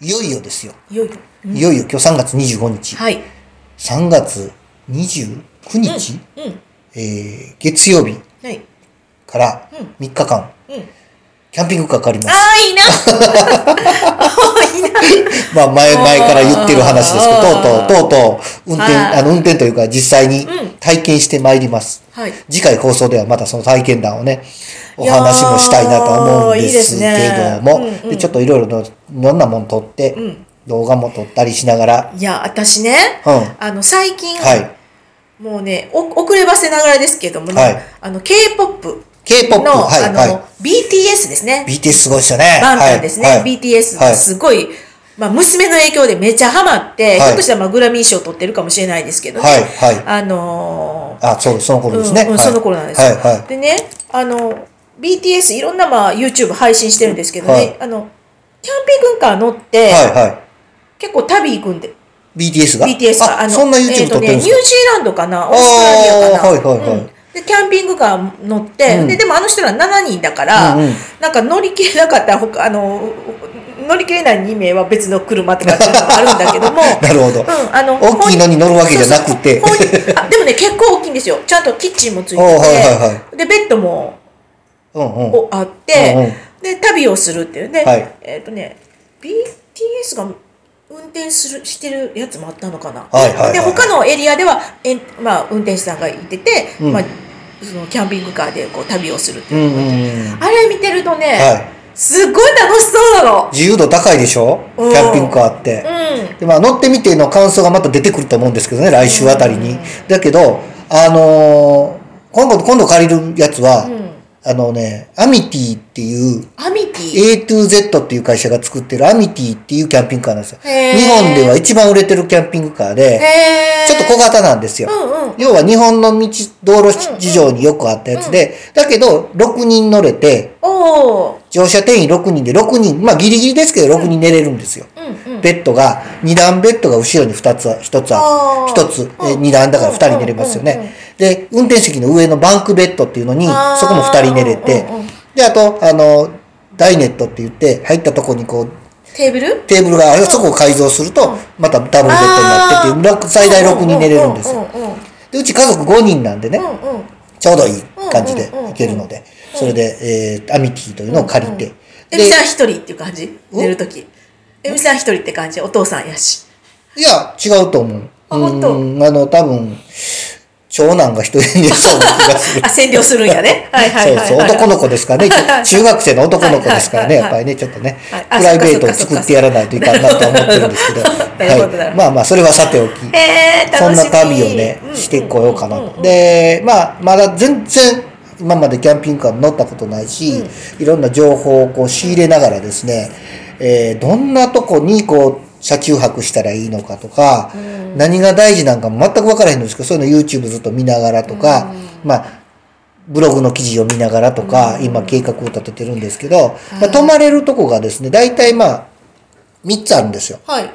いよいよですよ。いよいよ。うんいよいよ今日3月25日。はい。 3月29日、うん。えー、月曜日はい。からうん3日間、うん。キャンピングカー借ります。ああ、いいなまあ前、前から言ってる話ですけど、あーとうとう、とうとう、運転、はいあの、運転というか実際にうん体験してまいります。 はい。次回放送ではまたその体験談をね、お話もしたいなと思うんですけども、いやーいいですねうんうんでちょっといろいろの、いろんなもん撮って、うん動画も撮ったりしながら、いや、私ね、うんあの、最近、はい。もうね、お遅ればせながらですけどもね、はいあの、K-POP K-POP、の、はい、あの、は BTS ですね。い。BTS すごいですよね。バンタンですね、はいはい BTS はいがすごい、まあ、娘の影響でめちゃハマっはて、いひょっとしたらまあグラミー賞取ってるかもしれないですけどね、はいはいあのーあ、そう、その頃ですね。うんうんはいその頃なんですよ、はい、はい。でねあの BTS いろんな、まあ、YouTube 配信してるんですけどね、はいあのキャンピングカー乗って、はい、は結構旅行くんでい。BTS が BTS があ、そんな YouTube 撮ってるんえーとね、でニューすジかーランドかなオーストラリアかな、あーはいはいはいうんでキャンピングカー乗って、うんででもあの人ら7人だから、うんうんなんか乗り切れなかったら他あの乗り切れない2名は別の車とかっていうのもあるんだけども なるほどうん、あの大きいのに乗るわけじゃなくてそうそうここにあでもね結構大きいんですよちゃんとキッチンもついてて、おーはいはいはでベッドもうんうん。おあって、うんうんで旅をするっていうね、はいえっ、とね BTS が運転するしてるやつもあったのかな、はいはいはいで他のエリアではえん、まあ、運転手さんがいてて、うんまあ、そのキャンピングカーでこう旅をするってういんう、うんうん。あれ見てるとね、はすごい楽しそうない。の自由度高いでしょキうんャンピングカーって。うでまあ、乗ってみての感想がまた出てくると思うんですけどね、来週あたりに。だけど、あのー今度、今度借りるやつは、ん、うん、あのね、アミティっていう、アミティ A to Z っていう会社が作ってるアミティっていうキャンピングカーなんですよ。へー日本では一番売れてるキャンピングカーで、へーちょっと小型なんですよ。うんうん要は日本の道、道路事情によくあったやつで、だけど、6人乗れて、おお乗車定員6人で6人、まあギリギリですけど6人寝れるんですよ。うんうんベッドが、2段ベッドが後ろに2つあ、1つああー1つ、えうん2段だから2人寝れますようんうんうんね。で、運転席の上のバンクベッドっていうのに、あーそこも2人寝れてうんうんうん、で、あと、あの、ダイネットって言って、入ったとこにこう、テーブルテーブルがある、そこを改造すると、またダブルベッドになってっていう、ろく最大6人寝れるんですよ。うんうんで、うち家族5人なんでね、うんうんちょうどいい感じでいけるので、それで、えー、アミティというのを借りて、えでみ、さん一人っていう感じお寝るとき。えみさん一人って感じお父さんやし。いや、違うと思う。あ本当うん、あの、多分、長男が一人で寝そうな気がする あ、。占領するん やね。はいはいはい。そうそう、男の子ですからね。はいは い中学生の男の子ですからね、やっはいはいぱはりね、ちょっとね、はいあプライベートをそっかそっ作かってやらないといかんなと思ってるんですけど、 なるほどなるはほい。どまあまあ、それはさておき。えー、楽しみ。そんな旅をね、してこようかなと。で、まあ、まだ全然、今までキャンピングカー乗ったことないし、いろんな情報をこう仕入れながらですね、えーどんなとこにこう、車中泊したらいいのかとか、何が大事なんかも全く分からへんのですけど、そういうの YouTube ずっと見ながらとか、まあ、ブログの記事を見ながらとか、今計画を立ててるんですけど、まあ、泊まれるとこがですね、大体まあ、3つあるんですよ。はい。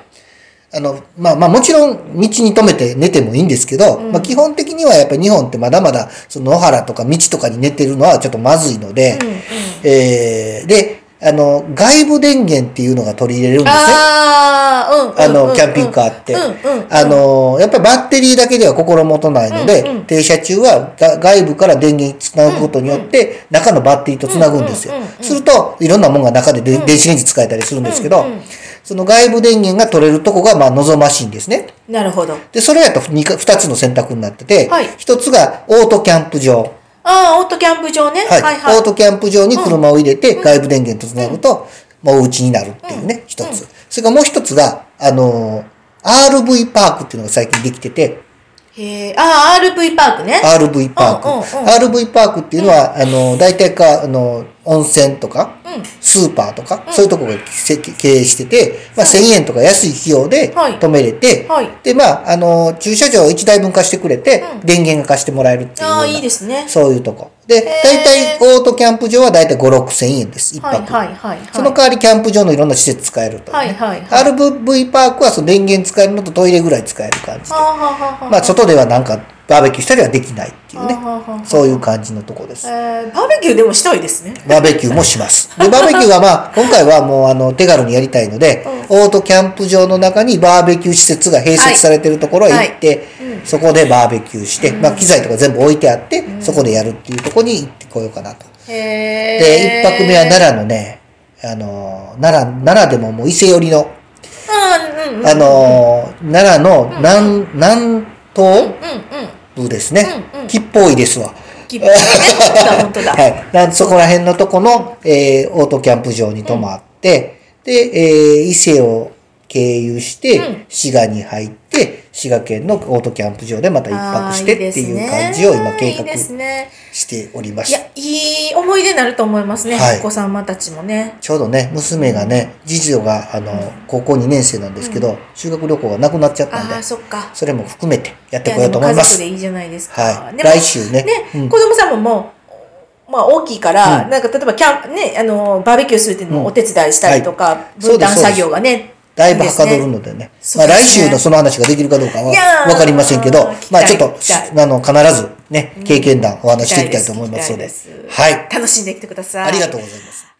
あの、まあまあもちろん道に止めて寝てもいいんですけど、まあ基本的にはやっぱり日本ってまだまだその野原とか道とかに寝てるのはちょっとまずいので、えーで、あの、外部電源っていうのが取り入れるんですね。あー、うんうん。あの、キャンピングカーって。うんうん。あの、やっぱりバッテリーだけでは心もとないので、うんうん停車中はが外部から電源つなぐことによって、中のバッテリーとつなぐんですようんうんうん。すると、いろんなもんが中でで電子レンジ使えたりするんですけど、うんうんその外部電源が取れるとこが、まあ、望ましいんですね。なるほど。で、それやと 2, 二つの選択になってて、はい一つがオートキャンプ場。あー、オートキャンプ場ね。は。はいいはい。オートキャンプ場に車を入れて、外部電源とつなぐと、まあ、お家になるっていうね、一つ。それからもう一つが、あのー RV パークっていうのが最近できてて、へー、あー、RV パークね。 RV パーク。う RV パークっていうのは、あのー大体か、あのー温泉とか、うんスーパーとか、そういうとこがせ経営してて、まあ、1000円とか安い費用ではい止めれて、はいで、まあ、あのー駐車場を1台分貸してくれて、電源が貸してもらえるっていうような。あー、いいですね。そういうとこ。で、へー大体、オートキャンプ場は大体5、6千円です。一はい泊。はいはいはい。その代わりキャンプ場のいろんな施設使えると、はいはいはい。 RV パークはその電源使えるのとトイレぐらい使える感じで。はあはあはあはあまあ、外ではなんかバーベキューしたりはできないっていうねあはははそういう感じのとこですえーバーベキューでもしたいですね。バーベキューもします。で、バーベキューがまあ、今回はもうあの、手軽にやりたいので、オートキャンプ場の中にバーベキュー施設が併設されてるところへ行って、そこでバーベキューして、まあ、機材とか全部置いてあって、そこでやるっていうところに行ってこようかなと。で、で一泊目は奈良のね、あの、奈良、奈良でももう伊勢寄りの、良。うんうんうん。あの、奈良の南、南東うんうん。部ですねうんうん。吉報医ですわ。きっぱりね。本当だ本当だ。はい。なんそこら辺のとこの、えーオートキャンプ場に泊まって、で、えー伊勢を経由して、うん滋賀に入って、滋賀県のオートキャンプ場でまた一泊してあーっていう感じを今計いい画ですね。しておりまいした。や、いい思い出になると思いますね。はいお子様たちもね。ちょうどね、娘がね、次女が、あの、高校2年生なんですけど、修学旅行がなくなっちゃったんああ、で、そっか。それも含めてやっいてやこようと思いまでも家族す。でいいじゃないですか。はい。でも来週ね。ね、うん子供さんももう、まあ大きいから、うんなんか例えばキャン、ね、あの、バーベキューするっていうのうんもお手伝いしたりとか、い分担そうです作業がね。だいぶはかどいいでするねのでね。そまうあで来すね週のその話ができるかどうかはいやーわかりませんけど聞き、またいあちょっと聞きたい、あの、必ずね、経験談お話ししていきたいと思いますので聞きたい。ですはい。楽しんできてください。ありがとうございます。